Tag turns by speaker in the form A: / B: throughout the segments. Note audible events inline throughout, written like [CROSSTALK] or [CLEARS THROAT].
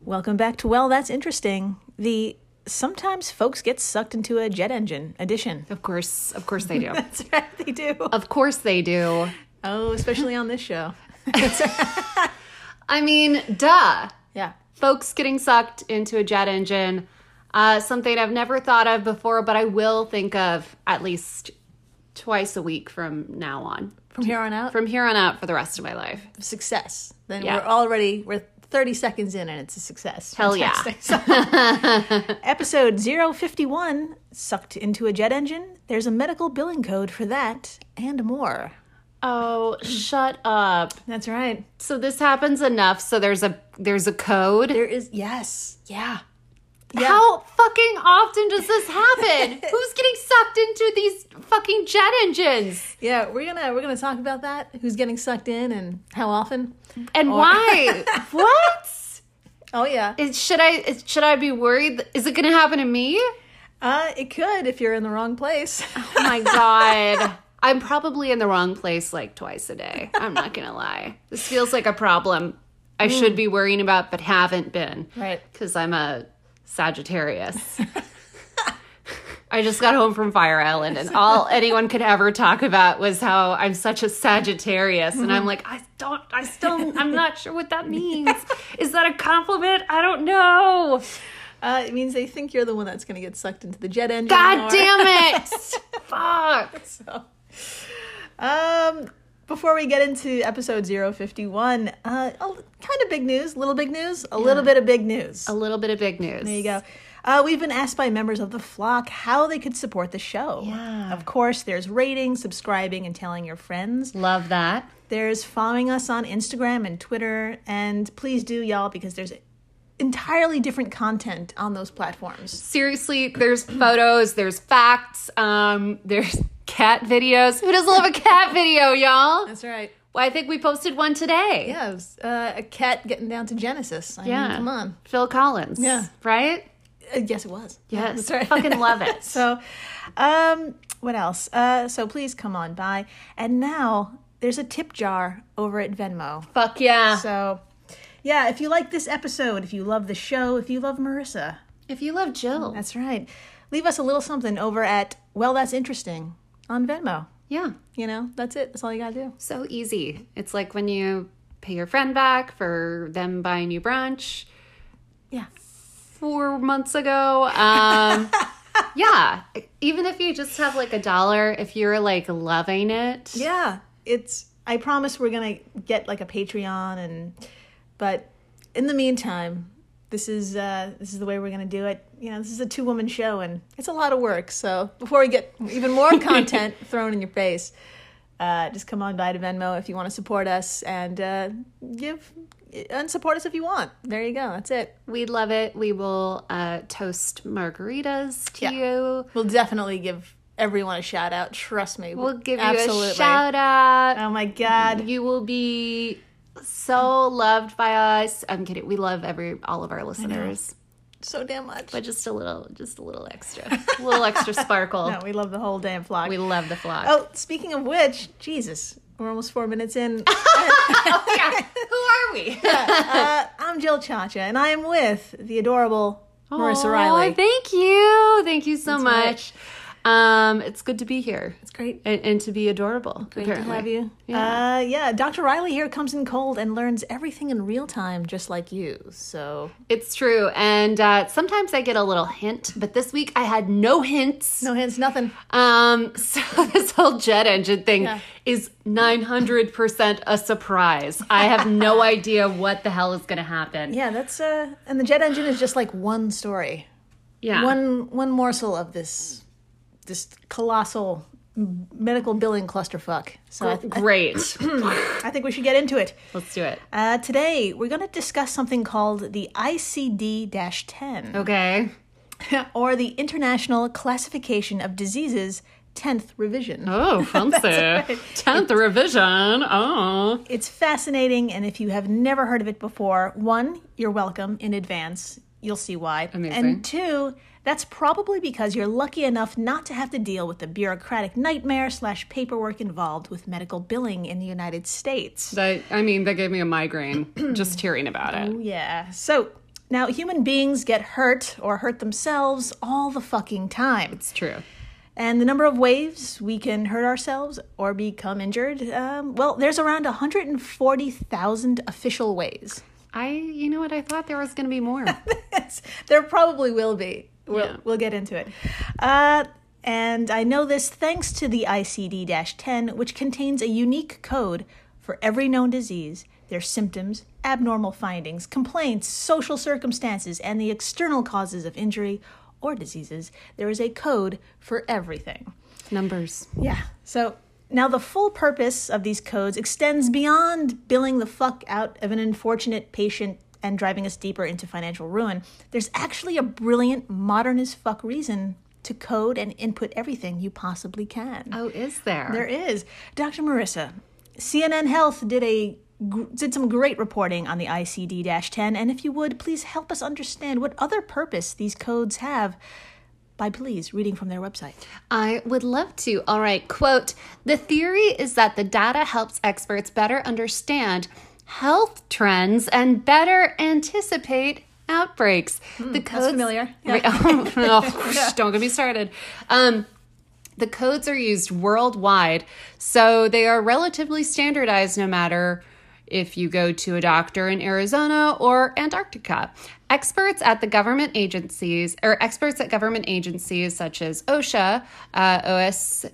A: Welcome back to Well, That's Interesting. The sometimes folks get sucked into a jet engine edition.
B: Of course, of course they
A: [LAUGHS]
B: do. [LAUGHS]
A: That's right, they do.
B: of course they do.
A: [LAUGHS] Oh, especially on this show.
B: I mean, duh.
A: Yeah.
B: Folks getting sucked into a jet engine. Uh, something I've never thought of before, but I will think of at least twice a week from now on.
A: From here on out,
B: From here on out for the rest of my life.
A: success. Then
B: Yeah.
A: we're already we're 30 seconds in and it's a success.
B: Hell yeah.
A: [LAUGHS] yeah. Episode 051, sucked into a jet engine. There's a medical billing code for that and more.
B: Oh, shut up.
A: That's right.
B: So this happens enough so there's a there's a code.
A: There is yes.
B: yeah.
A: Yeah.
B: How fucking often does this [LAUGHS] happen? Who's getting sucked into these fucking jet engines?
A: Yeah, we're going to we're going to talk about that. Who's getting sucked in and how often?
B: And why? what?
A: Oh yeah.
B: Is, should I is, should I be worried? Is it going to happen to me?
A: Uh it could if you're in the wrong place. [LAUGHS]
B: Oh my god. [LAUGHS] I'm probably in the wrong place like twice a day. I'm not going to lie. This feels like a problem I should be worrying about but haven't been.
A: Right.
B: Cuz I'm a Sagittarius. I just got home from Fire Island and all anyone could ever talk about was how I'm such a Sagittarius and I'm like I don't I still I'm not sure what that means. Is that a compliment? I don't know.
A: Uh it means they think you're the one that's going to get sucked into the jet engine.
B: God
A: or- [LAUGHS]
B: damn it! Fuck.
A: Um, before we get into episode 051, uh, a, kind of big news, little big news, a little bit of big news.
B: A little bit of big news.
A: There you go. Uh, we've been asked by members of the flock how they could support the show.
B: Yeah.
A: Of course, there's rating, subscribing, and telling your friends.
B: Love that.
A: There's following us on Instagram and Twitter. And please do, y'all, because there's entirely different content on those platforms.
B: Seriously, there's photos, there's facts, um, there's cat videos. Who doesn't love a cat video, y'all?
A: That's right.
B: Well, I think we posted one today.
A: Yeah, it was, uh, a cat getting down to Genesis. I mean,
B: Yeah.
A: come on.
B: Phil Collins.
A: Yeah.
B: Right?
A: Uh, yes, it was. [LAUGHS]
B: Yes.
A: That's right.
B: Fucking love
A: [LAUGHS]
B: it.
A: So, um, what else? Uh, so please come on by. And now there's a tip jar over at Venmo.
B: Fuck yeah.
A: So, yeah, if you like this episode, if you love the show, if you love Marissa,
B: if you love Jill.
A: that's right. Leave us a little something over at Well That's Interesting on Venmo.
B: yeah.
A: You know, that's it. That's all you gotta do.
B: So easy. It's like when you pay your friend back for them buying you brunch.
A: Yeah.
B: four months ago.
A: [LAUGHS]
B: Um, yeah, even if you just have like a dollar, if you're like loving it,
A: Yeah, it's. I promise we're gonna get like a Patreon, and but in the meantime, this is uh, this is the way we're gonna do it. You know, this is a two woman show, and it's a lot of work. So before we get even more
B: [LAUGHS]
A: content thrown in your face, uh, just come on by to Venmo if you want to support us, and uh, give and support us if you want. There you go. That's it.
B: we love it. We will uh, toast margaritas to
A: Yeah.
B: you.
A: We'll definitely give everyone a shout out. Trust me.
B: We'll give you a shout out.
A: Oh my god.
B: You will be so loved by us. I'm kidding. We love every all of our listeners,
A: So damn much.
B: but just a little, just a little
A: [LAUGHS]
B: extra, a little extra sparkle.
A: No, we love the whole damn flock.
B: We love the flock.
A: Oh, speaking of which, Jesus, we're almost four minutes in.
B: [LAUGHS] yeah. Who
A: [LAUGHS]
B: are we?
A: Uh, I'm Jill Chacha, and I am with the adorable Marissa
B: Aw,
A: Riley.
B: Thank you. Thank you so
A: That's
B: much. Um, it's good to be here
A: It's great.
B: and, and to be adorable. Great
A: to have you. Yeah. Uh, yeah, Dr. Riley here comes in cold and learns everything in real time, just like you. So
B: It's true. And uh, sometimes I get a little hint, but this week I had no hints.
A: no hints, nothing.
B: Um, [LAUGHS] so this whole jet engine thing
A: Yeah.
B: is 900% a surprise. I
A: [LAUGHS]
B: have no idea what the hell is going to happen.
A: Yeah, that's uh, and the jet engine is just like one story,
B: Yeah.
A: one one morsel of this this colossal medical billing clusterfuck. So I, th-
B: Great. [CLEARS THROAT]
A: I think we should get into it.
B: Let's do it.
A: Uh, today, we're going to discuss something called the ICD 10,
B: Okay.
A: or the International Classification of Diseases 10th Revision. [LAUGHS]
B: Oh, fancy. 10th revision. Oh.
A: It's fascinating, and if you have never heard of it before, one, you're welcome in advance. You'll see why.
B: Amazing.
A: And two, that's probably because you're lucky enough not to have to deal with the bureaucratic nightmare slash paperwork involved with medical billing in the United States.
B: [CLEARS THROAT] That I mean, that gave me a migraine just hearing about it.
A: Yeah. So Now, human beings get hurt or hurt themselves all the fucking time.
B: It's true.
A: And the number of ways we can hurt ourselves or become injured, um, well, there's around 140,000 official ways.
B: I, you know what? I thought there was going to
A: [LAUGHS]
B: be more.
A: It's- there probably will be. We'll,
B: Yeah.
A: we'll get into it. Uh, and I know this thanks to the ICD 10, which contains a unique code for every known disease, their symptoms, abnormal findings, complaints, social circumstances, and the external causes of injury or diseases. There is a code for everything.
B: Numbers.
A: Yeah. So now the full purpose of these codes extends beyond billing the fuck out of an unfortunate patient and driving us deeper into financial ruin. There's actually a brilliant, modern as fuck reason to code and input everything you possibly can.
B: Oh, is there?
A: There is. Dr. Marissa, CNN Health did a gr- did some great reporting on the ICD-10 and if you would please help us understand what other purpose these codes have by please reading from their website.
B: I would love to. All right, quote The theory is that the data helps experts better understand health trends and better anticipate outbreaks. the codes
A: familiar.
B: [LAUGHS] Right- oh, no, don't get me started. Um, the codes are used worldwide, so they are relatively standardized no matter if you go to a doctor in Arizona or Antarctica. Experts at the government agencies, or experts at government agencies such as OSHA, uh, OS,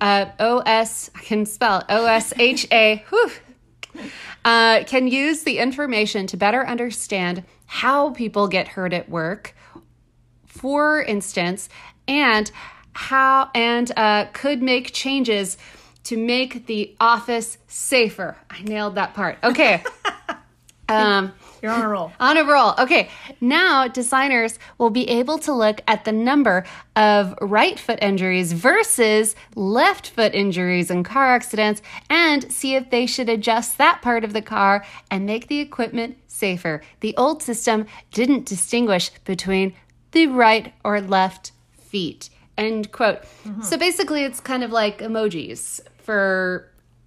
B: uh, OS, I can spell it, OSHA, [LAUGHS] whew, uh, can use the information to better understand how people get hurt at work, for instance, and how and uh, could make changes to make the office safer. I nailed that part. Okay. um,
A: You're on a roll.
B: on a roll. Okay, now designers will be able to look at the number of right foot injuries versus left foot injuries in car accidents and see if they should adjust that part of the car and make the equipment safer. The old system didn't distinguish between the right or left feet. End quote. So basically, it's kind of like emojis for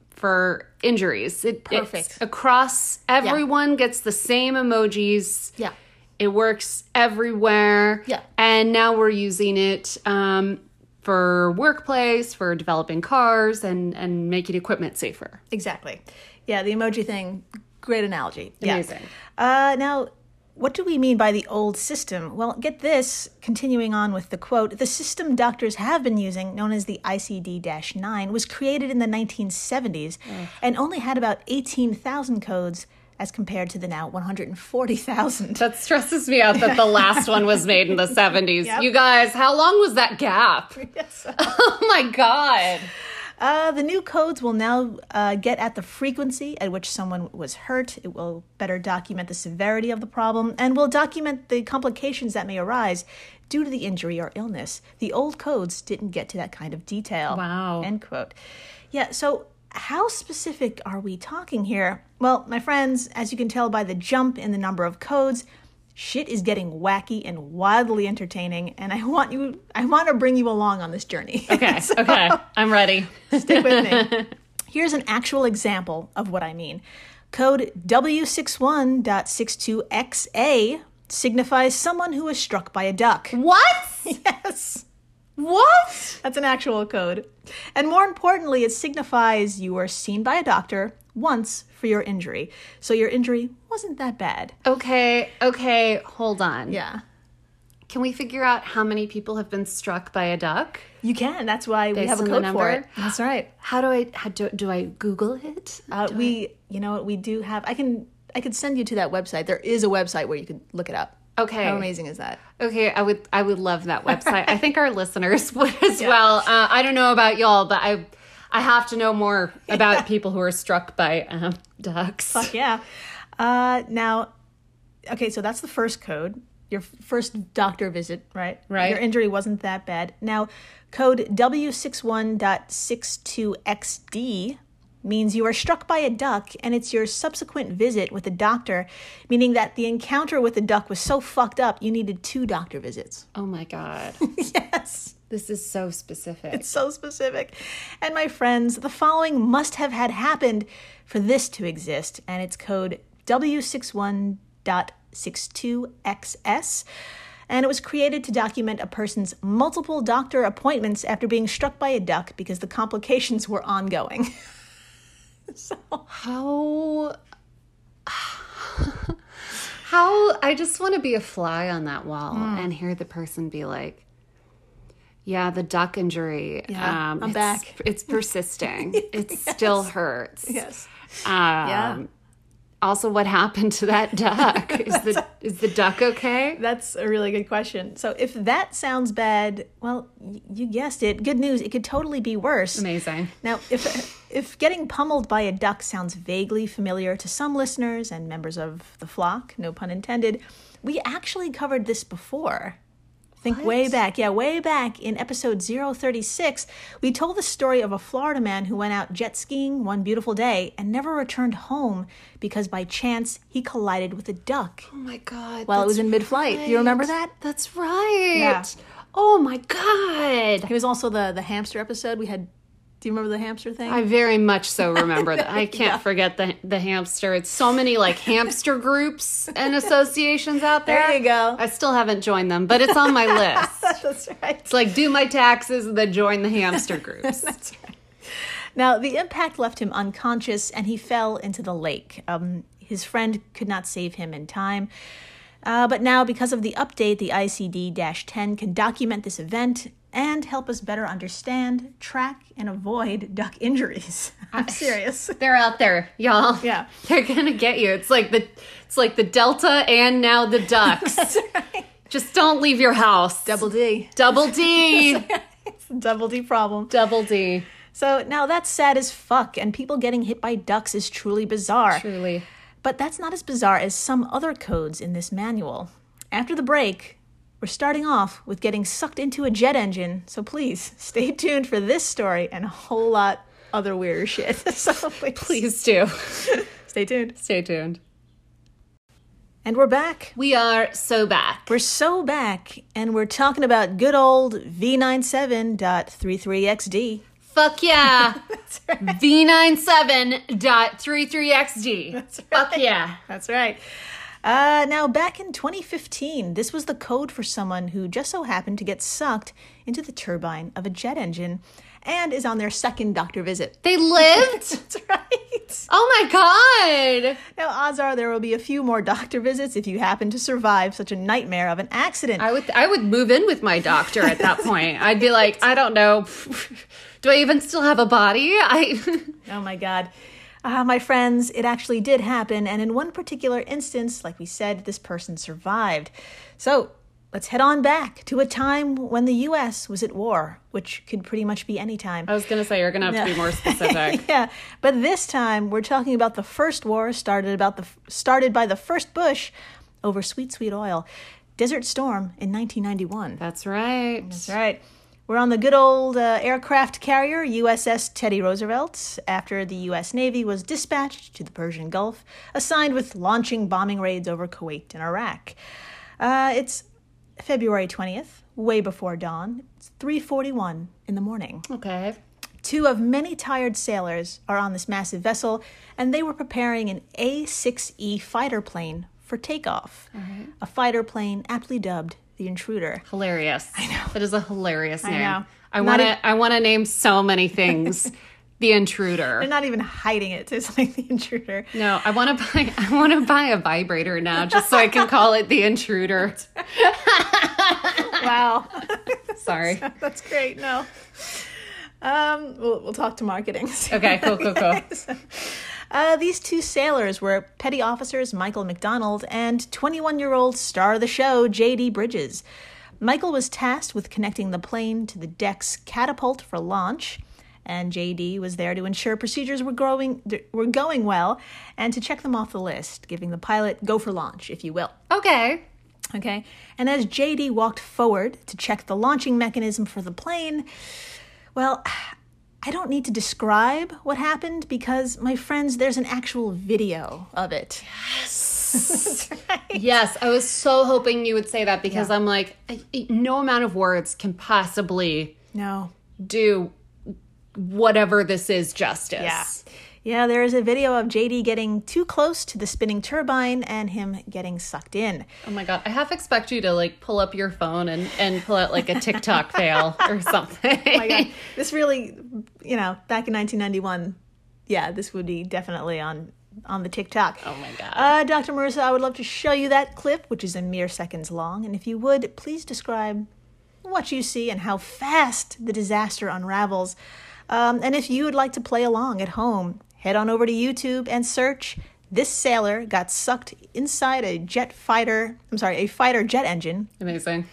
B: for injuries. It, it's
A: Perfect.
B: across everyone gets the same emojis.
A: Yeah.
B: It works everywhere.
A: Yeah.
B: And now we're using it um, for workplace, for developing cars and and making equipment safer.
A: Exactly. Yeah, the emoji thing. Great analogy. Yeah.
B: Amazing.
A: Uh, now, what do we mean by the old system? Well, get this. Continuing on with the quote, the system doctors have been using, known as the ICD 9, was created in the 1970s and only had about 18,000 codes as compared to the now 140,000.
B: That stresses me out that the last one was made in the 70s.
A: Yep.
B: You guys, how long was that gap?
A: [LAUGHS] Yes.
B: Oh my god.
A: Uh, the new codes will now uh, get at the frequency at which someone was hurt. It will better document the severity of the problem and will document the complications that may arise due to the injury or illness. The old codes didn't get to that kind of detail.
B: Wow.
A: End quote. Yeah, so how specific are we talking here? Well, my friends, as you can tell by the jump in the number of codes, shit is getting wacky and wildly entertaining, and I want you I want to bring you along on this journey. [LAUGHS]
B: [LAUGHS] Okay. Okay. I'm ready.
A: Stick with
B: [LAUGHS]
A: me. Here's an actual example of what I mean. Code W61.62XA signifies someone who is struck by a duck.
B: What?
A: [LAUGHS] Yes,
B: What?
A: that's an actual code. And more importantly, it signifies you were seen by a doctor once for your injury. So your injury wasn't that bad.
B: Okay. Okay. Hold on.
A: Yeah.
B: Can we figure out how many people have been struck by a duck?
A: You can. That's why we
B: Based
A: have a
B: on the
A: code for
B: number?
A: it. That's right.
B: How do I how do, do I Google it?
A: Uh, we, you know what, we do have, I can, I could send you to that website. There is a website where you could look it up.
B: Okay.
A: How amazing is that?
B: Okay, I would I would love that website. I think our [LAUGHS] listeners would as well. Uh, I don't know about y'all, but I I have to know [LAUGHS] more about people who are struck by um, ducks.
A: yeah. Uh, now, okay, so that's the first code. Your f- first doctor visit, right?
B: Right.
A: Your injury wasn't that bad. Now, code W61.62XD means you are struck by a duck and it's your subsequent visit with a doctor, meaning that the encounter with the duck was so fucked up you needed two doctor visits.
B: Oh my [LAUGHS] god,
A: [LAUGHS] yes.
B: this is so specific.
A: It's [LAUGHS] so specific. And my friends, the following must have had happened for this to exist, and it's code W61.62 62XS. And it was created to document a person's multiple doctor appointments after being struck by a duck because the complications were ongoing. [LAUGHS] so,
B: How. How. I just want to be a fly on that wall
A: Hmm.
B: and hear the person be like, yeah, the duck injury. um,
A: Yeah, I'm
B: it's,
A: back." [LAUGHS]
B: It's persisting. it still hurts.
A: yes.
B: Um, Also, what happened to that
A: [LAUGHS]
B: duck? is the is the duck okay?
A: That's a really good question. So if that sounds bad, well, y- you guessed it. Good news, it could totally be worse.
B: Amazing.
A: Now, if if getting pummeled by a duck sounds vaguely familiar to some listeners and members of the flock, no pun intended, we actually covered this before. Think way back. Yeah, way back in episode 036, we told the story of a Florida man who went out jet skiing one beautiful day and never returned home because by chance he collided with a duck
B: Oh my god.
A: while it
B: that's
A: was in mid-flight. Do you remember that?
B: That's right.
A: Yeah.
B: Oh my god.
A: He was also the the hamster episode. We had. Do you remember the hamster thing?
B: I very much so remember that. I can't forget the the hamster. It's so many like hamster groups and associations out there.
A: There you go.
B: I still haven't joined them, but it's
A: [LAUGHS]
B: on my list.
A: [LAUGHS] That's right.
B: It's like do my taxes and then join the hamster
A: [LAUGHS]
B: groups.
A: Now the impact left him unconscious, and he fell into the lake. Um, his friend could not save him in time. Uh, but now, because of the update, the ICD 10 can document this event and help us better understand, track, and avoid duck injuries. [LAUGHS] I'm serious.
B: They're out there, y'all.
A: Yeah.
B: [LAUGHS] They're gonna get you. It's like the it's like the Delta and now the
A: [LAUGHS]
B: ducks. Just don't leave your house.
A: Double D.
B: Double D.
A: [LAUGHS] Double D problem.
B: Double D.
A: So now that's sad as fuck, and people getting hit by ducks is truly bizarre.
B: Truly.
A: But that's not as bizarre as some other codes in this manual. After the break, we're starting off with getting sucked into a jet engine, so please [LAUGHS] stay tuned for this story and a whole lot other weirder shit. [LAUGHS] so please,
B: Please do.
A: stay tuned.
B: Stay tuned.
A: And we're back.
B: We are so back.
A: We're so back, and we're talking about good old V97.33XD.
B: Fuck [LAUGHS] yeah. V97.33XD. Fuck yeah.
A: That's right. Uh, now, back in 2015, this was the code for someone who just so happened to get sucked into the turbine of a jet engine and is on their second doctor visit.
B: They lived? [LAUGHS]
A: That's [LAUGHS] right.
B: Oh my god.
A: Now, odds are there will be a few more doctor visits if you happen to survive such a nightmare of an accident.
B: I would I would move in with my doctor at that point. I'd be like, I don't know. [LAUGHS] Do I even still have a body? [LAUGHS] I
A: Oh my God. Ah, my friends, it actually did happen. And in one particular instance, like we said, this person survived. So let's head on back to a time when the US was at war, which could pretty much be any time.
B: I was gonna say you're gonna have to be more specific.
A: [LAUGHS]
B: [LAUGHS]
A: Yeah, but this time we're talking about the first war started about the started by the first Bush over sweet sweet oil, Desert Storm in 1991.
B: That's right.
A: That's right. We're on the good old uh, aircraft carrier USS Teddy Roosevelt after the U.S. Navy was dispatched to the Persian Gulf, assigned with launching bombing raids over Kuwait and Iraq. Uh, it's February 20th, way before dawn. It's 3:41 in the morning.
B: Okay.
A: Two of many tired sailors are on this massive vessel, and they were preparing an A 6E fighter plane for takeoff. A fighter plane aptly dubbed the Intruder.
B: Hilarious. I know. That is a hilarious name.
A: know.
B: I
A: Not
B: want to.
A: e-
B: I want to name so many [LAUGHS] things. the intruder.
A: They're not even hiding it, it's [LAUGHS] like the Intruder.
B: No, I want to buy. [LAUGHS] I want to buy a vibrator now, just so I can call it the [LAUGHS] intruder. [LAUGHS]
A: Wow,
B: Sorry.
A: that's great. No. Um, we'll, we'll talk to marketing. [LAUGHS]
B: Okay. Cool. Cool. [LAUGHS] Cool.
A: Uh, these two sailors were petty officers Michael McDonald and 21 year old star of the show J.D. Bridges. Michael was tasked with connecting the plane to the deck's catapult for launch, and J.D. was there to ensure procedures were growing were going well and to check them off the list, giving the pilot go for launch, if you will.
B: Okay.
A: Okay. And as JD walked forward to check the launching mechanism for the plane, well, I don't need to describe what happened because, my friends, there's an actual video of it.
B: Yes, I was so hoping you would say that because I'm like, I, I- no amount of words can possibly
A: No.
B: do whatever this is justice.
A: Yeah. Yeah, there is a video of JD getting too close to the spinning turbine and him getting sucked in.
B: Oh my god, I half expect you to like pull up your phone and and pull out like a TikTok [LAUGHS] fail or something.
A: Oh my [LAUGHS] God. This really, you know, back in 1991, yeah, this would be definitely on on the TikTok.
B: Oh my god.
A: Uh, Dr. Marissa, I would love to show you that clip, which is a mere seconds long. And if you would, please describe what you see and how fast the disaster unravels. Um, and if you would like to play along at home, head on over to YouTube and search This Sailor Got Sucked Inside a Jet Fighter, I'm sorry, a Fighter Jet Engine.
B: [LAUGHS] Amazing.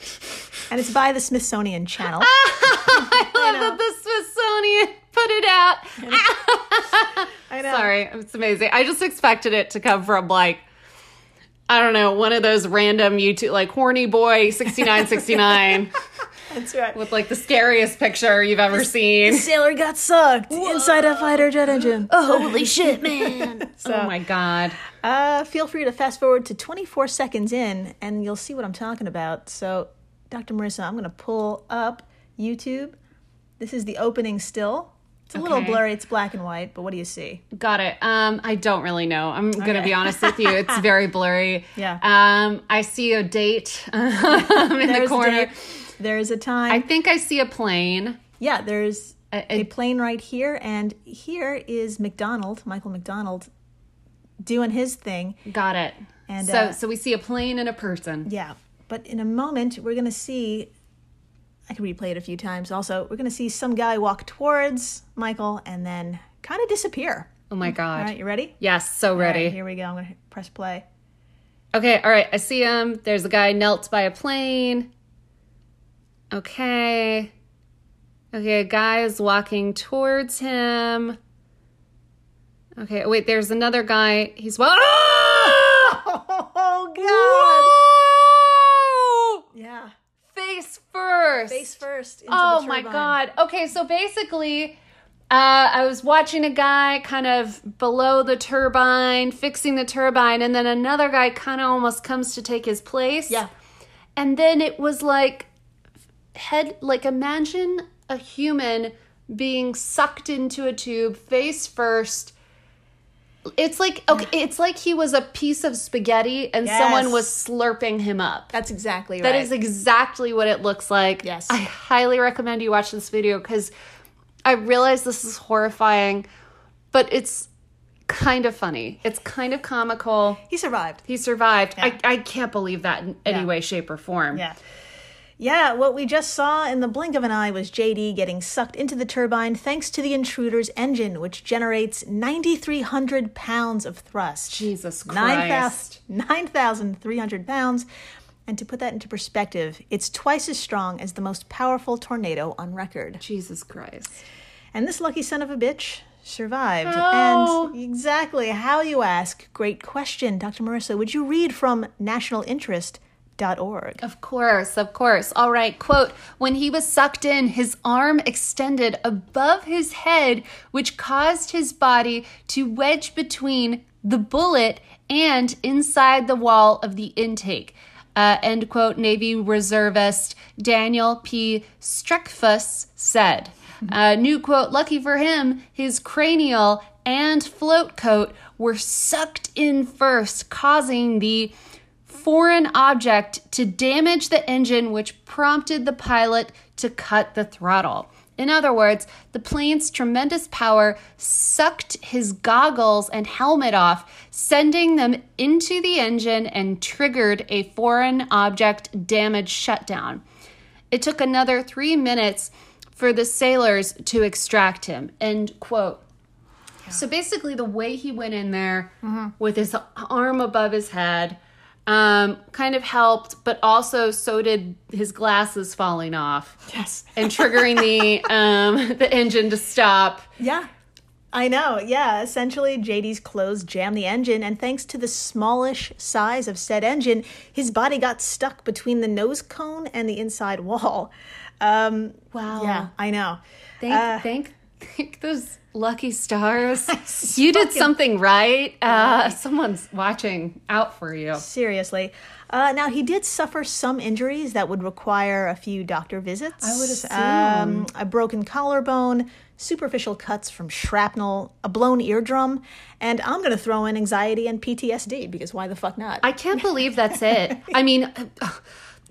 A: And it's by the Smithsonian Channel.
B: I love that the Smithsonian put it out.
A: I know.
B: Sorry, it's amazing. I just expected it to come from like I don't know, one of those random YouTube like horny
A: [LAUGHS]
B: boy 6969
A: That's right.
B: with like the scariest picture you've ever seen.
A: [LAUGHS] Sailor got sucked inside a fighter jet engine. Oh, holy shit, man.
B: Oh my god.
A: Uh, feel free to fast forward to 24 seconds in and you'll see what I'm talking about. So, Dr. Marissa, I'm going to pull up YouTube. This is the opening still. It's a little
B: Okay.
A: blurry, it's black and white, but what do you see?
B: Got it. Um, I don't really know. I'm gonna be honest with you. It's
A: [LAUGHS]
B: very blurry.
A: Yeah.
B: Um, I see a date [LAUGHS] um, in the
A: a
B: corner.
A: date. There's a time.
B: I think I see a plane.
A: yeah, there's
B: I-
A: a plane right here, and here is McDonald, Michael McDonald, doing his thing.
B: Got it.
A: And,
B: so,
A: uh,
B: so we see a plane and a person.
A: Yeah, but in a moment we're gonna see. I can replay it a few times. Also, we're gonna see some guy walk towards Michael and then kind of disappear.
B: Oh my god.
A: All right, you ready?
B: Yes, so
A: All
B: ready.
A: right, here we go. I'm gonna press
B: [LAUGHS]
A: play.
B: Okay, all right. I see him. There's a guy knelt by a plane. Okay. Okay, a guy is walking towards him. Okay, wait, there's another guy. He's [GASPS] well.
A: Oh God! Yeah,
B: Face first.
A: face first. Into
B: Oh
A: the
B: my
A: turbine.
B: god. Okay, so basically, uh, I was watching a guy kind of below the turbine, fixing the turbine, and then another guy kind of almost comes to take his place.
A: Yeah,
B: And then it was like head like imagine a human being sucked into a tube face first. It's like okay, it's like he was a piece of spaghetti and someone
A: Yes.
B: was slurping him up.
A: that's exactly
B: That
A: right.
B: is exactly what it looks like.
A: Yes.
B: I highly recommend you watch this video because I realize this is horrifying, but it's kind of funny. It's kind of comical.
A: he survived.
B: He survived. I, I can't believe that in any way, shape, or form.
A: Yeah. Yeah, what we just saw in the blink of an eye was JD getting sucked into the turbine thanks to the intruder's engine, which generates 9,300 pounds of thrust.
B: Jesus
A: Nine
B: Christ.
A: thous- 9,300 pounds. And to put that into perspective, it's twice as strong as the most powerful tornado on record.
B: Jesus Christ.
A: And this lucky son of a bitch survived.
B: How?
A: And exactly how you ask, great question. Dr. Marissa, would you read from nationalinterest.org?
B: Of course, of course. All right, quote When he was sucked in, his arm extended above his head, which caused his body to wedge between the bullet and inside the wall of the intake. Uh, end quote, Navy reservist Daniel P. Streckfuss said. Uh, new quote Lucky for him, his cranial and float coat were sucked in first, causing the foreign object to damage the engine, which prompted the pilot to cut the throttle. In other words, the plane's tremendous power sucked his goggles and helmet off, sending them into the engine and triggered a foreign object damage shutdown. It took another three minutes for the sailors to extract him. End quote. So basically, the way he went in there with his arm above his head um, kind of helped, but also so did his glasses falling off
A: Yes.
B: and triggering [LAUGHS] the um, the engine to stop.
A: Yeah. I know. Yeah. Essentially, JD's clothes jammed the engine, and thanks to the smallish size of said engine, his body got stuck between the nose cone and the inside wall. Um,
B: Wow. Uh.
A: yeah, I know.
B: Thank, thank Like those lucky [LAUGHS] stars. you did something right. Uh, someone's watching out for you.
A: Seriously. Uh, now, he did suffer some injuries that would require a few doctor visits. I
B: would assume.
A: Um, a broken collarbone, superficial cuts from shrapnel, a blown eardrum, and I'm going to throw in anxiety and PTSD because why the fuck not?
B: I can't believe that's it. I mean,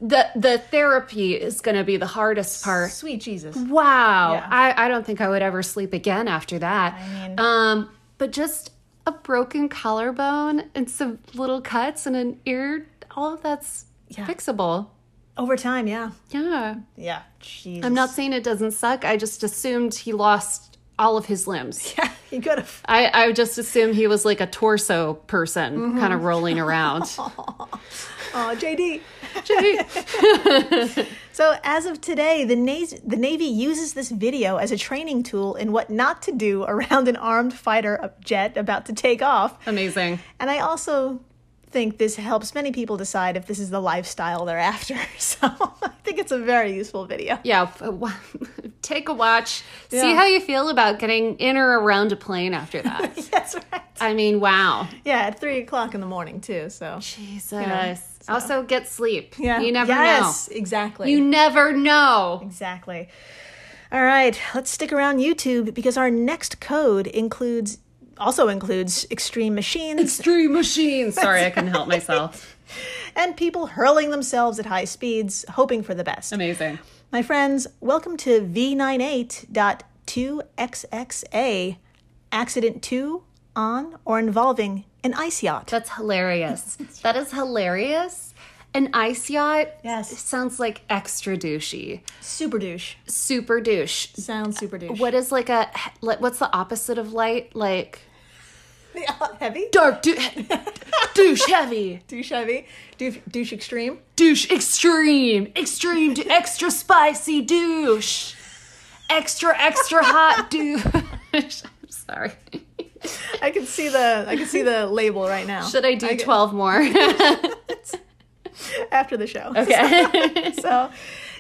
B: the the therapy is going to be the hardest part.
A: Sweet Jesus.
B: Wow.
A: Yeah.
B: I, I don't think I would ever sleep again after that.
A: mean-
B: um, but just a broken collarbone and some little cuts and an ear, all of that's fixable.
A: Over time, yeah.
B: Yeah.
A: Yeah. Jesus.
B: I'm not saying it doesn't suck. I just assumed he lost all of his limbs.
A: [LAUGHS] you could have.
B: I, I would just assume he was like a torso person
A: Mm-hmm.
B: kind of rolling
A: [LAUGHS]
B: around. [LAUGHS]
A: Oh, JD.
B: Gee.
A: So, as of today, the, Nas- the Navy uses this video as a training tool in what not to do around an armed fighter jet about to take off.
B: Amazing.
A: And I also think this helps many people decide if this is the lifestyle they're after. [LAUGHS] So, I think it's a very useful video. [LAUGHS]
B: Yeah, f- [LAUGHS] w- take a watch. See
A: Yeah.
B: how you feel about getting in or around a plane after that. [LAUGHS]
A: That's right.
B: I mean, wow.
A: Yeah, at three o'clock in the morning, too. So,
B: Jesus. Also, get sleep.
A: yeah.
B: You never
A: Yes, exactly.
B: know. You never know.
A: Exactly. All right, let's stick around YouTube because our next code includes also includes extreme machines
B: Extreme machine. Sorry, I couldn't help myself. [LAUGHS]
A: and people hurling themselves at high speeds hoping for the best.
B: Amazing.
A: My friends, welcome to V98.2XXA accident 2 on or involving an ice yacht.
B: That's [LAUGHS] hilarious. that is hilarious. An ice yacht
A: Yes.
B: sounds like extra douchey.
A: Super douche.
B: Super douche.
A: Sounds super douche. [LAUGHS]
B: What is like a like, what's the opposite of light? Like
A: heavy?
B: dark dou- [LAUGHS] douche heavy.
A: Douche heavy. Douche, douche extreme.
B: douche extreme extreme d- extra spicy douche extra extra hot [LAUGHS] douche i'm sorry
A: I can see the I can see [LAUGHS] the label right now.
B: should i do 12 more
A: after the show.
B: [LAUGHS] okay
A: [LAUGHS] so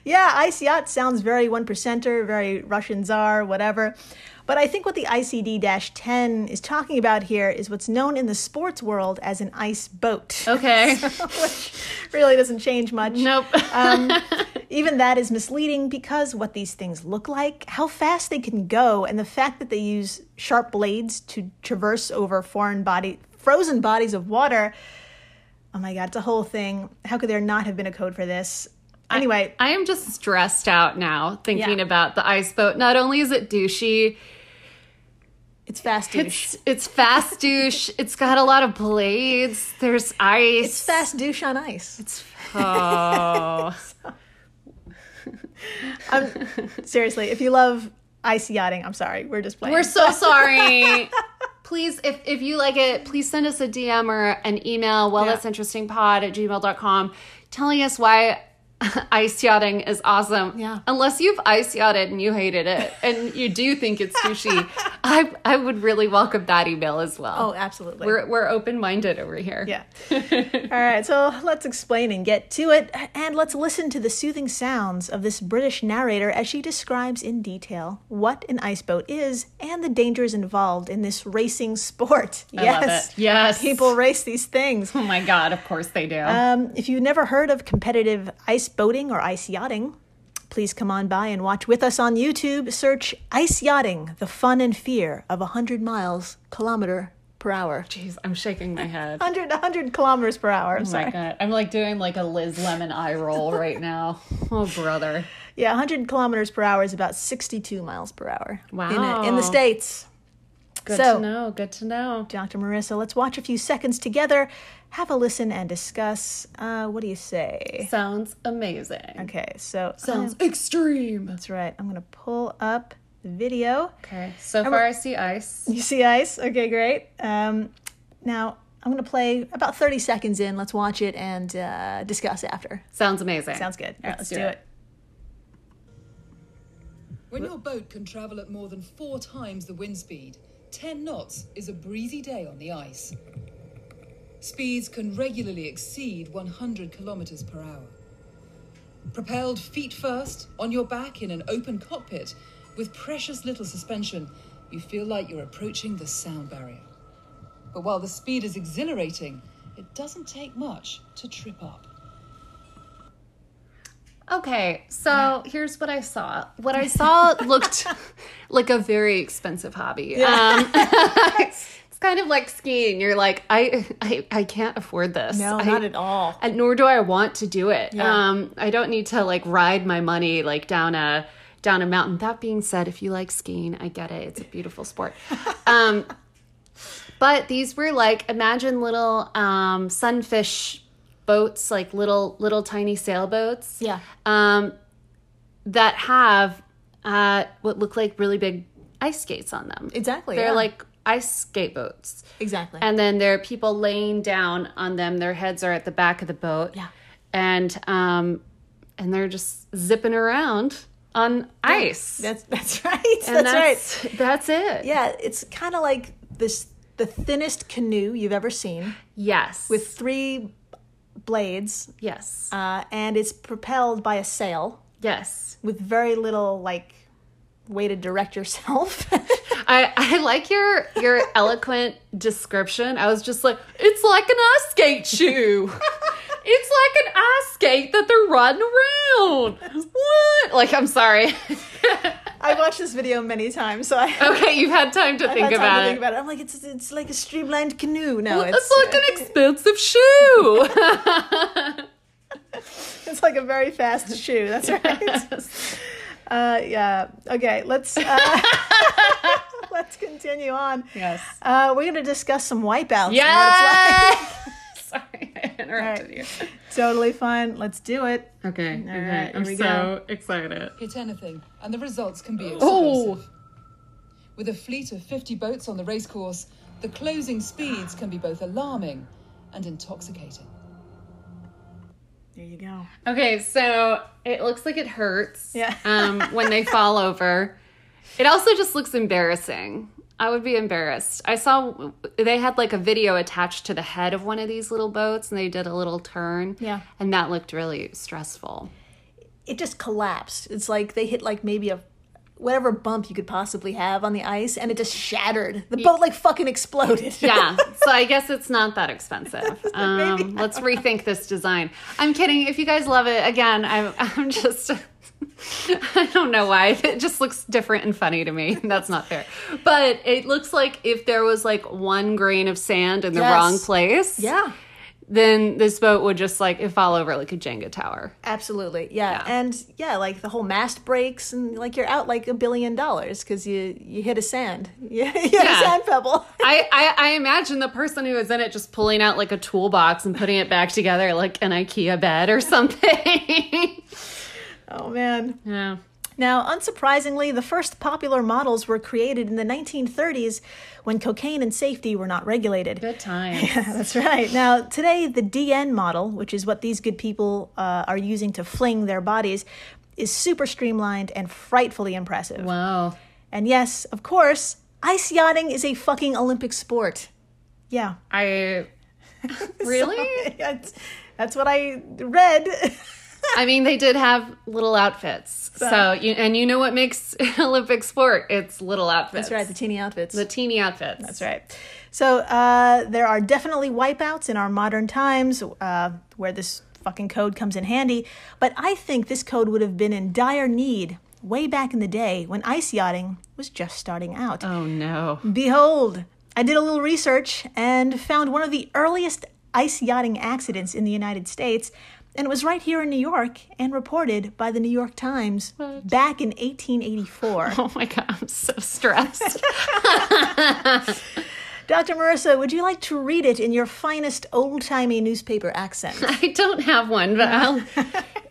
A: yeah ice yacht sounds very one percenter very russian czar whatever but i think what the icd-10 is talking about here is what's known in the sports world as an ice boat
B: [LAUGHS] [LAUGHS] okay
A: which really doesn't change much
B: nope [LAUGHS]
A: um, even that is misleading because what these things look like, how fast they can go, and the fact that they use sharp blades to traverse over foreign body, frozen bodies of water. Oh my god, it's a whole thing. How could there not have been a code for this? Anyway,
B: i am just stressed out now thinking
A: Yeah.
B: about the ice boat not only is it douchey
A: it's fast douche.
B: it's, it's fast douche it's got a lot of blades there's ice
A: It's fast douche on ice.
B: It's- [LAUGHS] oh
A: Um,
B: [LAUGHS]
A: Seriously, if you love ice yachting, I'm sorry, we're just playing. [LAUGHS]
B: We're so sorry. please, if, if you like it, please send us a DM or an email, well,
A: Yeah.
B: that's interestingpod at gmail.com, telling us why [LAUGHS] ice yachting is awesome.
A: Yeah.
B: Unless you've ice yachted and you hated it and you do think it's
A: [LAUGHS]
B: sushi, I, I would really welcome that email as well.
A: oh, absolutely.
B: We're, we're open minded over here. [LAUGHS]
A: Yeah. All right, so let's explain and get to it. And let's listen to the soothing sounds of this British narrator as she describes in detail what an ice boat is and the dangers involved in this racing sport.
B: love it. Yes.
A: People race these things.
B: [LAUGHS] Oh my God, of course they do.
A: Um, if you've never heard of competitive ice boating or ice yachting, please come on by and watch with us on YouTube. Search Ice Yachting, the fun and fear of 100 miles, kilometer per hour. [LAUGHS]
B: Jeez, I'm shaking my head.
A: 100, 100 kilometers per hour. I'm
B: Oh
A: sorry.
B: my God. I'm like doing like a Liz Lemon eye roll right now. Oh, brother.
A: Yeah, 100 kilometers per hour is about 62 miles per hour. In, in
B: Wow.
A: the States.
B: Good
A: So-
B: to know. Good to know.
A: Dr. Marissa, let's watch a few seconds together, have a listen, and discuss. Uh, what do you say?
B: Sounds amazing.
A: Okay, so um,
B: Sounds extreme.
A: that's right. I'm going to pull up the video.
B: Okay. So far, I see ice.
A: You see ice? Okay, great. Um, now, I'm going to play about 30 seconds in. Let's watch it and uh, discuss after.
B: Sounds amazing.
A: Sounds good. All right, let's do it.
C: When your boat can travel at more than four times the wind speed, 10 knots is a breezy day on the ice. Speeds can regularly exceed 100 kilometers per hour. Propelled feet first, on your back in an open cockpit, With precious little suspension, you feel like you're approaching the sound barrier. But while the speed is exhilarating, it doesn't take much to trip up.
B: Okay, so here's what I saw. What I
A: [LAUGHS]
B: saw looked like a very expensive hobby.
A: [LAUGHS]
B: Um, [LAUGHS] it's kind of like skiing. You're like, I, I, I can't afford this.
A: No,
B: I-
A: not at all.
B: and nor do I want to do it.
A: Yeah.
B: Um, I don't need to like ride my money like down a down a mountain. That being said, if you like skiing, I get it. It's a
A: [LAUGHS]
B: beautiful sport. um, but these were like imagine little um, sunfish boats, like little little tiny sailboats.
A: Yeah.
B: Um, that have uh, what look like really big ice skates on them.
A: Exactly,
B: They're
A: yeah.
B: like ice skate boats.
A: Exactly.
B: And then there are people laying down on them. Their heads are at the back of the boat.
A: Yeah.
B: And um, and they're just zipping around on ice.
A: that's that's [LAUGHS] right.
B: and
A: that's right.
B: that's, That's it.
A: Yeah, it's kind of like this the thinnest canoe you've ever seen
B: Yes.
A: with three blades,
B: yes.
A: uh, and it's propelled by a sail
B: yes.
A: with very little like way to direct yourself. [LAUGHS]
B: I, I like your your eloquent description. I was just like, it's like an ice
A: [LAUGHS]
B: skate shoe. it's like an ice skate that they're riding around. What? Like, I'm sorry. [LAUGHS]
A: I watched this video many times, so I I've
B: okay, you've had time to think
A: had time
B: about
A: to
B: it.
A: think about it. I'm like, it's it's like a streamlined canoe. No,
B: That's
A: it's
B: like an expensive
A: [LAUGHS]
B: shoe. [LAUGHS]
A: it's like a very fast shoe. That's right. [LAUGHS] Uh, yeah. Okay. Let's uh, [LAUGHS] let's continue on.
B: Yes.
A: Uh, we're gonna discuss some wipeouts. and what it's like.
B: Yeah. [LAUGHS] Sorry, I interrupted
A: All [LAUGHS] Totally fine. Let's do it.
B: you. Okay.
A: All right, here we go.
B: excited.
C: Hit anything, and the results can be explosive.
B: Oh.
C: With a fleet of 50 boats on the racecourse, the closing speeds can be both alarming and intoxicating.
A: There you go.
B: Okay, so it looks like it hurts.
A: Yeah.
B: Um,
A: [LAUGHS]
B: when they fall over, it also just looks embarrassing. I would be embarrassed. I saw they had like a video attached to the head of one of these little boats, and they did a little turn.
A: Yeah.
B: And that looked really stressful.
A: It just collapsed. It's like they hit like maybe a whatever bump you could possibly have on the ice, and it just shattered. The boat like fucking exploded.
B: yeah so i guess it's not that expensive um, let's rethink this design i'm kidding if you guys love it again i'm, [LAUGHS] I'm just i don't know why it just looks different and funny to me [LAUGHS] that's not fair but it looks like if there was like one grain of sand in the
A: Yes.
B: wrong
A: [LAUGHS]
B: place
A: yeah.
B: then this boat would just like it fall over like a jenga tower
A: Absolutely. Yeah.
B: Yeah.
A: And yeah, like the whole mast breaks, and like you're out like a billion dollars because you you hit a sand. [LAUGHS] Yeah. You hit
B: Yeah.
A: a sand pebble. [LAUGHS]
B: I, I, I imagine the person who was in it just pulling out like a toolbox and putting it back together like an ikea bed or something [LAUGHS]
A: Oh man.
B: yeah
A: Now, unsurprisingly, the first popular models were created in the 1930s when cocaine and safety were not regulated. [LAUGHS]
B: good time
A: That's right. Now, today, the DN model, which is what these good people uh, are using to fling their bodies, is super streamlined and frightfully impressive.
B: Wow.
A: And yes, of course, ice yachting is a fucking Olympic sport. Yeah. [LAUGHS]
B: I really?
A: that's, that's what I read.
B: I mean, they did have little outfits. So, you, and you know what makes [LAUGHS] an Olympic sport? It's little outfits.
A: That's right, the teeny outfits.
B: The teeny outfits.
A: That's right. So uh, there are definitely wipeouts in our modern times uh, where this fucking code comes in handy, but I think this code would have been in dire need way back in the day when ice yachting was just starting out. [LAUGHS]
B: Oh no.
A: Behold, I did a little research and found one of the earliest ice yachting accidents in the United States, and it was right here in New York and reported by the New York Times back in [LAUGHS] 1884.
B: Oh my god, I'm so
A: [LAUGHS]
B: stressed.
A: Dr. Marissa, would you like to read it in your finest old timey newspaper
B: [LAUGHS]
A: accent? Uh,
B: I don't have one,
A: [LAUGHS]
B: but I'll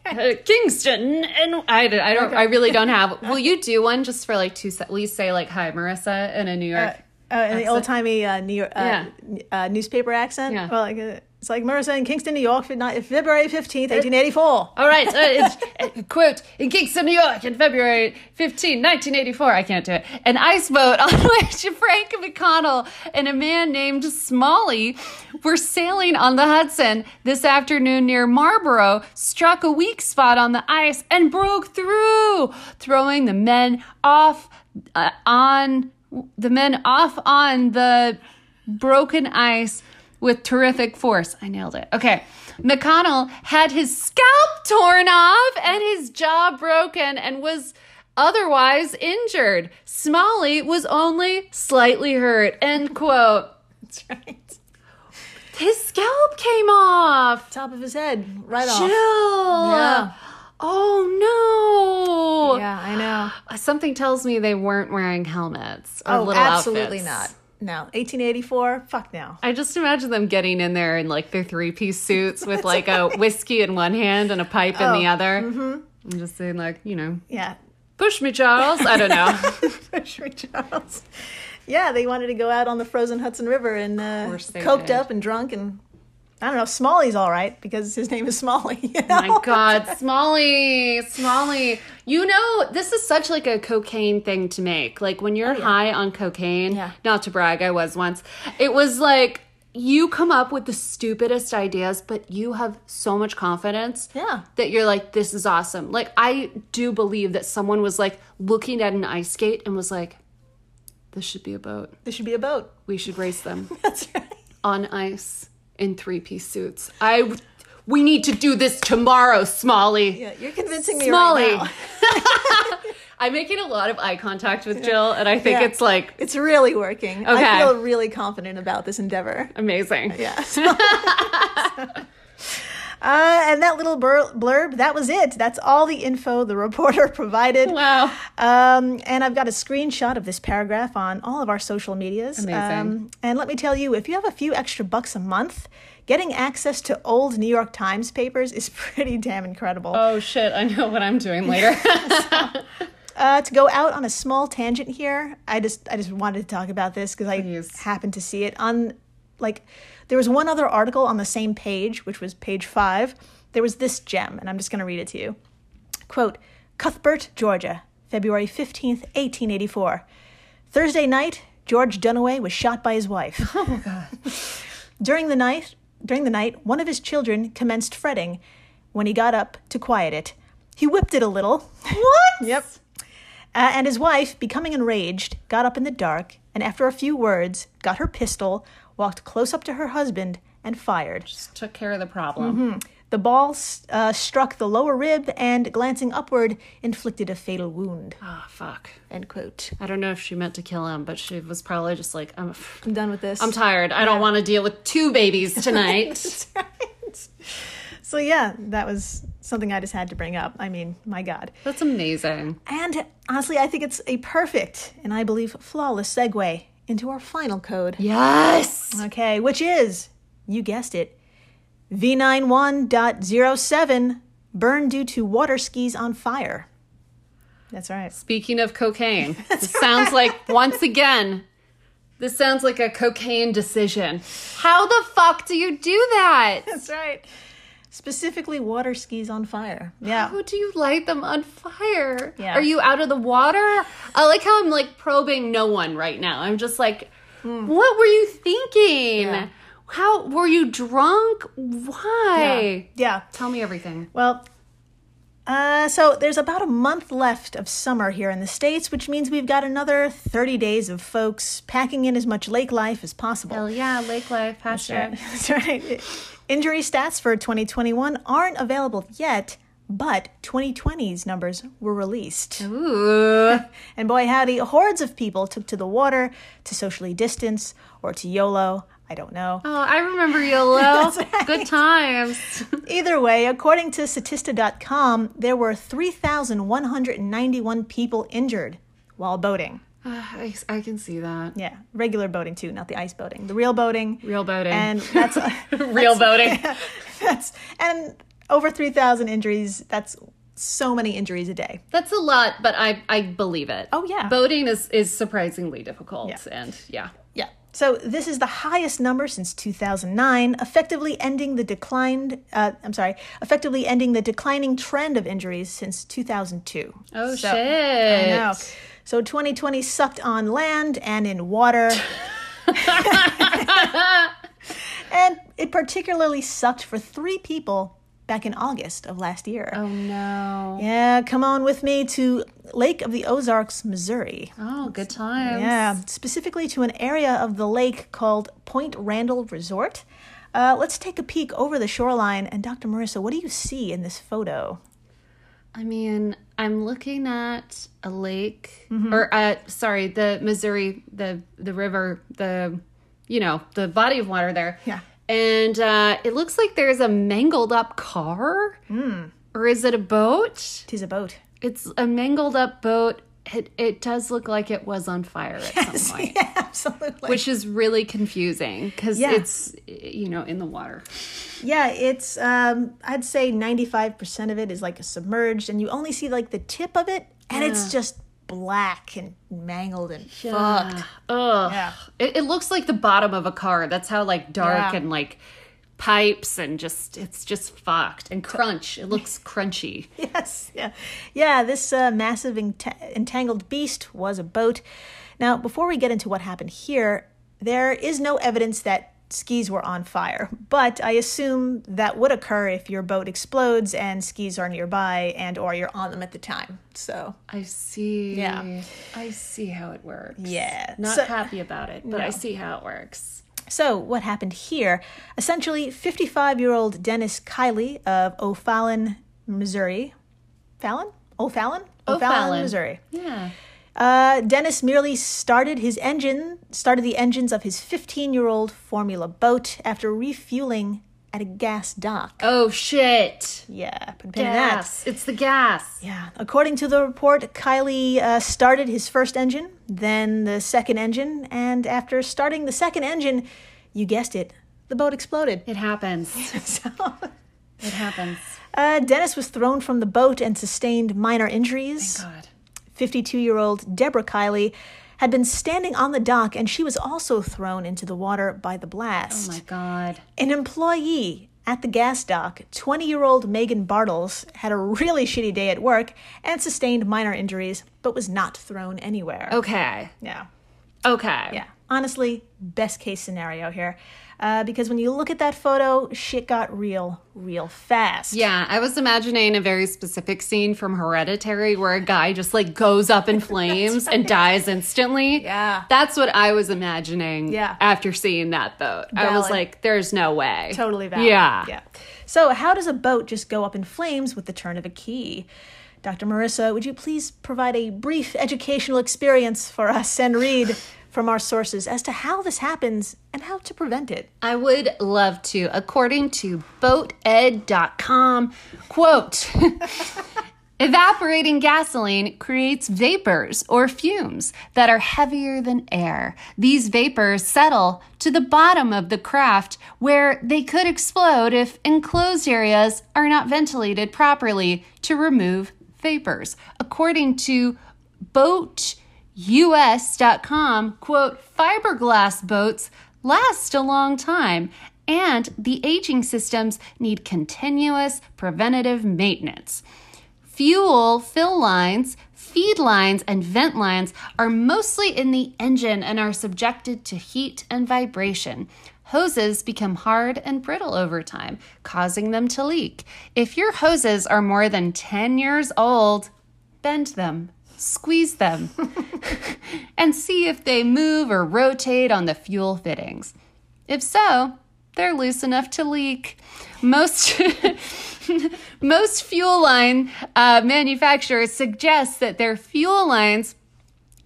B: uh, Kingston and I, don't- I don't I really don't have. Will you do one just for like two sec- Will you say like hi Marissa in a New York?
A: Uh, in the old timey uh, New York uh,
B: Yeah.
A: n- uh, newspaper accent?
B: Yeah.
A: Well, like, uh, It's like Marissa in Kingston, New York, February 15th, 1884.
B: All right. So it's, [LAUGHS] uh, quote, in Kingston, New York, in February 15, 1984. I can't do it. An ice boat [LAUGHS] on which Frank McConnell and a man named Smalley were sailing on the Hudson this afternoon near Marlborough struck a weak spot on the ice and broke through, throwing the men off uh, on the men off on the broken ice with terrific force. I nailed it. Okay. McConnell had his scalp torn off and his jaw broken and was otherwise injured. Smalley was only slightly hurt. End quote.
A: That's right.
B: His scalp came off.
A: Top of his head, right
B: Jill.
A: off. Yeah.
B: Oh no.
A: Yeah, I know.
B: Something tells me they weren't wearing helmets or
A: Oh,
B: little
A: absolutely
B: outfits.
A: not. No, 1884. Fuck no.
B: I just imagine them getting in there in like their three piece suits with like a whiskey in one hand and a pipe in the other. Mm-hmm. I'm just saying, like, you know,
A: Yeah. [LAUGHS]
B: push me, Charles. I don't know.
A: Fishery Charles. Yeah, they wanted to go out on the frozen Hudson River and uh,
B: course they
A: coked
B: did.
A: up and drunk and I don't know. Smalley's all right because his name is Smalley. You know? [LAUGHS]
B: My God, Smalley, Smalley. You know, this is such like a cocaine thing to make. Like when you're high on cocaine,
A: Oh, Yeah.
B: not to brag, I was once. It was like you come up with the stupidest ideas, but you have so much confidence.
A: Yeah.
B: That you're like, this is awesome. Like I do believe that someone was like looking at an ice skate and was like, this should be a boat.
A: This should be a boat.
B: We should race
A: [LAUGHS]
B: them [LAUGHS]
A: That's right.
B: on ice in three piece suits. I. We need to do this tomorrow, Smalley.
A: Yeah, you're convincing me
B: Smalley.
A: right now.
B: [LAUGHS] I'm making a lot of eye contact with Jill, and I think
A: Yeah.
B: it's like
A: It's really working.
B: Okay.
A: I feel really confident about this endeavor.
B: amazing.
A: Yeah. [LAUGHS] so- uh, and that little bur- blurb, that was it. That's all the info the reporter [LAUGHS] provided.
B: Wow.
A: Um, and I've got a screenshot of this paragraph on all of our social medias.
B: Amazing.
A: Um, and let me tell you, if you have a few extra bucks a month, getting access to old New York Times papers is [LAUGHS] pretty damn incredible.
B: Oh shit! I know what I'm doing
A: [LAUGHS]
B: later.
A: Uh, to go out on a small tangent here, I just I just wanted to talk about this because I
B: Please.
A: happened to see it on like there was one other article on the same page, which was page five. There was this gem, and I'm just going to read it to you. Quote: Cuthbert, Georgia, February fifteenth, eighteen eighty-four. Thursday night, George Dunaway was shot by his wife. [LAUGHS] During the night, during the night, one of his children commenced fretting. When he got up to quiet it, he whipped it a little. What? [LAUGHS] yep. Uh, and his wife, becoming enraged, got up in the dark and, after a few words, got her pistol, walked close up to her husband, and fired.
B: Just took care of the problem.
A: Mm-hmm. The ball s- uh, struck the lower rib and, glancing upward, inflicted a fatal wound.
B: Oh fuck!
A: [LAUGHS] End quote.
B: I don't know if she meant to kill him, but she was probably just like, I'm,
A: I'm done with this.
B: I'm tired. I don't want to deal with two
A: [LAUGHS]
B: babies tonight.
A: That's right. So yeah, that was something I just had to bring up. I mean, my God.
B: That's amazing.
A: And honestly, I think it's a perfect and I believe flawless segue into our final code.
B: Yes.
A: Okay, which is, you guessed it, V91.07, burn due to water skis on fire. That's right.
B: Speaking of
A: [LAUGHS]
B: cocaine, this sounds like once again. This sounds like a cocaine decision. How the fuck do you do that?
A: That's right. Specifically, water skis on fire. Yeah.
B: How do you light them on fire?
A: Yeah.
B: Are you out of the water? I like how I'm like probing no one right now. I'm just like, what were you thinking?
A: Yeah.
B: How were you drunk? Why?
A: Yeah.
B: Tell me everything.
A: Well, uh, so there's about a month left of summer here in the States, which means we've got another 30 days of folks packing in as much lake life as possible.
B: Well, yeah, lake life, pasture.
A: That's right. Injury stats for 2021 aren't available yet, but 2020's numbers were released.
B: [LAUGHS] Ooh,
A: And boy, howdy, hordes of people took to the water to socially distance or to YOLO. I don't know.
B: oh, I remember [LAUGHS] YOLO. Good times.
A: Either way, according to Statista.com, there were 3,191 people injured while boating.
B: [SIGHS] I, I can see that.
A: Yeah, regular boating too, not the ice boating, the real boating.
B: Real boating.
A: And that's
B: [LAUGHS] Real [LAUGHS] boating.
A: [LAUGHS] that's and over 3,000 injuries. That's so many injuries a day.
B: That's a lot, but I I believe it.
A: Oh, yeah.
B: Boating is is surprisingly difficult, and yeah.
A: Yeah. So this is the highest number since 2009, effectively ending the declined. Uh, I'm sorry, effectively ending the declining trend of injuries since 2002.
B: Oh
A: So- I
B: shit!
A: know. So 2020 sucked on land and in water. and it particularly sucked for three people back in August of last year.
B: Oh no!
A: Yeah, come on with me to Lake of the Ozarks, Missouri.
B: Oh, good times.
A: Yeah, specifically to an area of the lake called Point Randall Resort. Uh, let's take a peek over the shoreline. And Dr. Marissa, what do you see in this photo?
B: I mean, I'm looking at a lake, or at sorry, the Missouri, the the river, the you know the body of water there.
A: Yeah.
B: and uh, it looks like there's a mangled up car, or is it a boat?
A: Tis a boat.
B: It's a mangled up boat. It it does look like it was on fire at some point.
A: [LAUGHS] yeah, absolutely.
B: Which is really confusing because
A: Yeah.
B: it's you know in the water.
A: Yeah, it's um I'd say 95% of it is like submerged and you only see like the tip of it and it's just black and mangled and fucked.
B: Ugh.
A: Yeah.
B: It, it looks like the bottom of a car. That's how like dark
A: Yeah.
B: and like pipes and just it's just fucked and crunch. It [LAUGHS] looks crunchy.
A: [LAUGHS] Yes. Yeah. Yeah, this uh, massive enta- entangled beast was a boat. Now, before we get into what happened here, there is no evidence that skis were on fire, but I assume that would occur if your boat explodes and skis are nearby and or you're on them at the time. So,
B: I see.
A: Yeah.
B: I see how it works.
A: Yeah.
B: Not
A: So-
B: happy about it, but I see how it works.
A: So, what happened here? Essentially, 55 year old Dennis Kiley of O'Fallon, Missouri. Fallon? O'Fallon?
B: O'Fallon.
A: Missouri.
B: Yeah.
A: Uh, Dennis merely started his engine, started the engines of his 15 year old Formula boat after refueling at a gas dock.
B: Oh shit.
A: Yeah, put a pin in that.
B: Gas. It's the gas.
A: Yeah. According to the report, Kylie uh, started his first engine, then the second engine, and after starting the second engine, you guessed it, the boat exploded. [LAUGHS]
B: It happens.
A: So,
B: It happens.
A: uh, Dennis was thrown from the boat and sustained minor injuries.
B: God.
A: 52 year old Deborah Kiley had been standing on the dock and she was also thrown into the water by the blast.
B: Oh my god.
A: An employee at the gas dock, 20 year old Megan Bartles, had a really shitty day at work and sustained minor injuries but was not thrown anywhere.
B: Oh. Okay.
A: Yeah.
B: Okay.
A: Yeah. Honestly, best case scenario here. Uh, because when you look at that photo, shit got real, real fast.
B: Yeah, I was imagining a very specific scene from Hereditary where a guy just like goes
A: [LAUGHS]
B: up in flames and dies instantly.
A: Yeah.
B: That's what I was imagining
A: Yeah.
B: after seeing that boat. I was
A: Valid.
B: like, there's no way.
A: Totally valid.
B: Yeah.
A: Yeah. So, how does a boat just go up in flames with the turn of a key? Dr. Marissa, would you please provide a brief educational experience for us and read from our sources as to how this happens and how to prevent it?
B: I would love to. According to boated.com, quote, Evaporating gasoline creates vapors or fumes that are heavier than air. These vapors settle to the bottom of the craft where they could explode if enclosed areas are not ventilated properly to remove vapors. According to boatus.com, quote, fiberglass boats last a long time and the aging systems need continuous preventative maintenance. Fuel fill lines, feed lines, and vent lines are mostly in the engine and are subjected to heat and vibration. Hoses become hard and brittle over time, causing them to leak. If your hoses are more than 10 years old, bend them, squeeze them, [LAUGHS] and see if they move or rotate on the fuel fittings. If so, they're loose enough to leak. Most [LAUGHS] most fuel line uh, manufacturers suggest that their fuel lines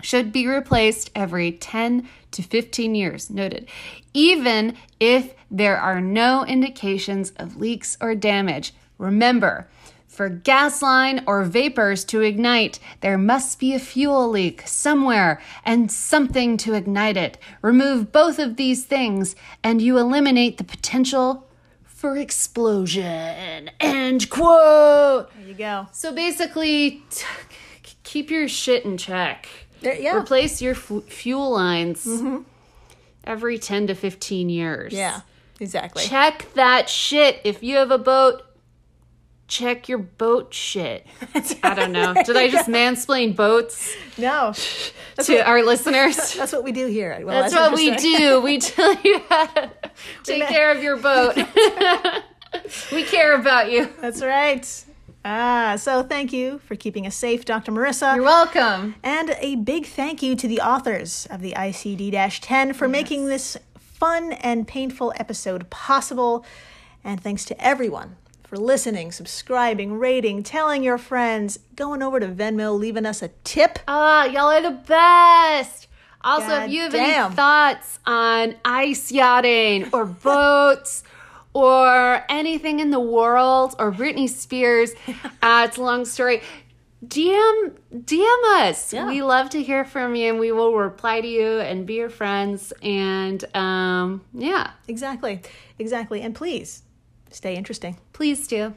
B: should be replaced every 10 to 15 years, noted, even if there are no indications of leaks or damage. Remember, for gas line or vapors to ignite, there must be a fuel leak somewhere and something to ignite it. Remove both of these things and you eliminate the potential for explosion. End quote.
A: There you go.
B: So basically, t- k- keep your shit in check.
A: There- yeah.
B: Mm-hmm. Replace your fu- fuel lines. every 10 to 15 years.
A: Yeah, exactly.
B: Check that shit. If you have a boat, check your boat [LAUGHS] shit. I don't know. Did I just mansplain boats
A: no,
B: to our [LAUGHS] listeners?
A: that's what we do here. Well,
B: That's what we do. [LAUGHS] We tell you how to take care of your [LAUGHS] boat. we care about you.
A: That's right. Ah, so thank you for keeping us safe, Dr. Marissa.
B: You're welcome.
A: And a big thank you to the authors of the ICD 10 for making this fun and painful episode possible. And thanks to everyone for listening, subscribing, rating, telling your friends, going over to Venmo, leaving us a tip.
B: Ah, y'all are the best. Also, if you have
A: Goddamn.
B: any thoughts on ice yachting
A: [LAUGHS]
B: or boats or anything in the world or Britney
A: [LAUGHS]
B: Spears, uh, it's a long story. DM DM us. We love to hear from you, and we will reply to you and be your friends. And um, yeah,
A: Exactly, exactly. And please stay interesting.
B: please do.